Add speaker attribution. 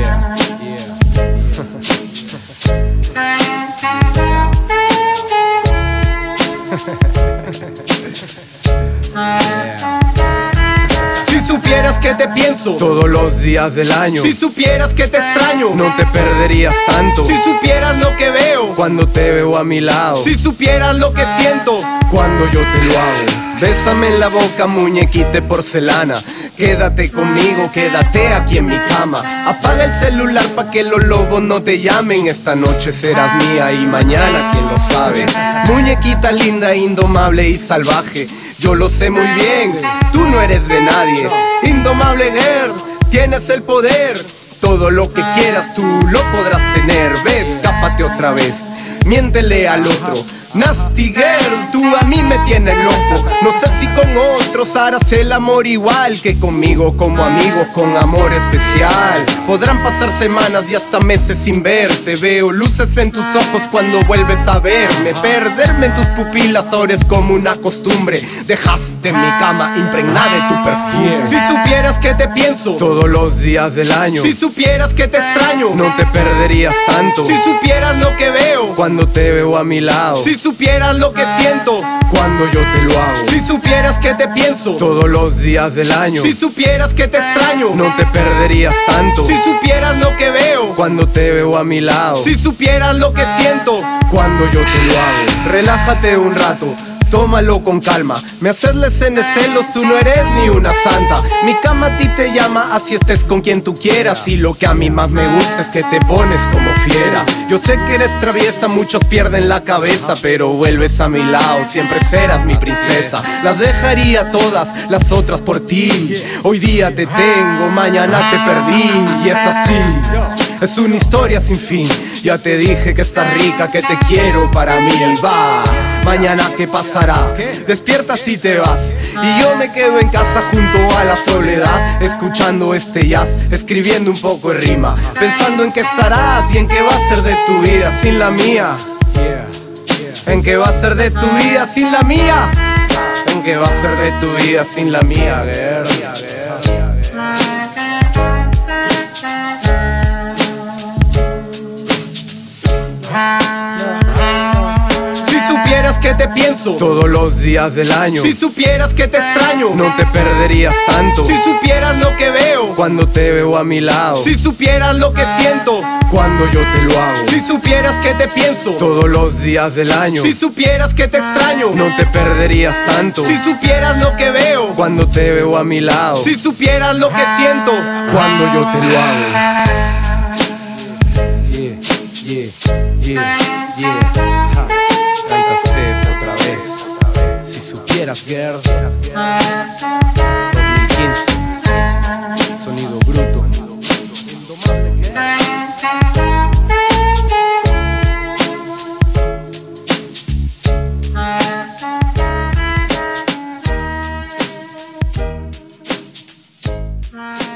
Speaker 1: Yeah, yeah.
Speaker 2: Si supieras que te pienso
Speaker 3: Todos los días del año
Speaker 2: Si supieras que te extraño
Speaker 3: No te perderías tanto
Speaker 2: Si supieras lo que veo
Speaker 3: Cuando te veo a mi lado
Speaker 2: Si supieras lo que siento
Speaker 3: Cuando yo te lo hago Bésame en la boca muñequita de porcelana Quédate conmigo, quédate aquí en mi cama Apaga el celular pa' que los lobos no te llamen Esta noche serás mía y mañana quién lo sabe Muñequita linda, indomable y salvaje Yo lo sé muy bien, tú no eres de nadie Indomable girl, tienes el poder todo lo que quieras tú lo podrás tener. Ve, escápate otra vez, miéntele al otro. Nasty girl, tú a mí me tienes loco. No sé si con otros harás el amor igual que conmigo, como amigos con amor especial. Podrán pasar semanas y hasta meses sin verte. Veo luces en tus ojos cuando vuelves a verme. Perderme en tus pupilas ahora es como una costumbre. Dejaste mi cama impregnada de tu perfume.
Speaker 2: Si supieras que te pienso
Speaker 3: Todos los días del año.
Speaker 2: Si supieras que te extraño
Speaker 3: No te perderías tanto
Speaker 2: Si supieras lo que veo
Speaker 3: cuando te veo a mi lado.
Speaker 2: Si supieras lo que siento
Speaker 3: Cuando yo te lo hago.
Speaker 2: Si supieras que te pienso
Speaker 3: Todos los días del año.
Speaker 2: Si supieras que te extraño
Speaker 3: No te perderías tanto
Speaker 2: Si supieras lo que veo
Speaker 3: cuando te veo a mi lado.
Speaker 2: Si supieras lo que siento
Speaker 3: Cuando yo te lo hago. Relájate un rato. Tómalo con calma, me haces lesiones celos, tú no eres ni una santa. Mi cama a ti te llama, así estés con quien tú quieras. Y lo que a mí más me gusta es que te pones como fiera. Yo sé que eres traviesa, muchos pierden la cabeza, pero vuelves a mi lado, siempre serás mi princesa. Las dejaría todas, las otras por ti. Hoy día te tengo, mañana te perdí, y es así. Es una historia sin fin. Ya te dije que estás rica, que te quiero para mí. Va, mañana qué pasará. Despierta si te vas. Y yo me quedo en casa junto a la soledad, escuchando este jazz, escribiendo un poco de rima, pensando en qué estarás y en qué va a ser de tu vida sin la mía. En qué va a ser de tu vida sin la mía. En qué va a ser de tu vida sin la mía, girl.
Speaker 2: Si supieras que te pienso
Speaker 3: Todos los días del año.
Speaker 2: Si supieras que te extraño
Speaker 3: No te perderías tanto
Speaker 2: Si supieras lo que veo
Speaker 3: cuando te veo a mi lado.
Speaker 2: Si supieras lo que siento
Speaker 3: Cuando yo te lo hago.
Speaker 2: Si supieras que te pienso
Speaker 3: Todos los días del año.
Speaker 2: Si supieras que te extraño
Speaker 3: No te perderías tanto
Speaker 2: Si supieras lo que veo
Speaker 3: cuando te veo a mi lado.
Speaker 2: Si supieras lo que siento
Speaker 3: Cuando yo te lo hago.
Speaker 1: Yeah, yeah, yeah, yeah. Ja, Gaita Sep otra vez. Si supieras, girl. 2015. Sonido bruto.
Speaker 4: Bye.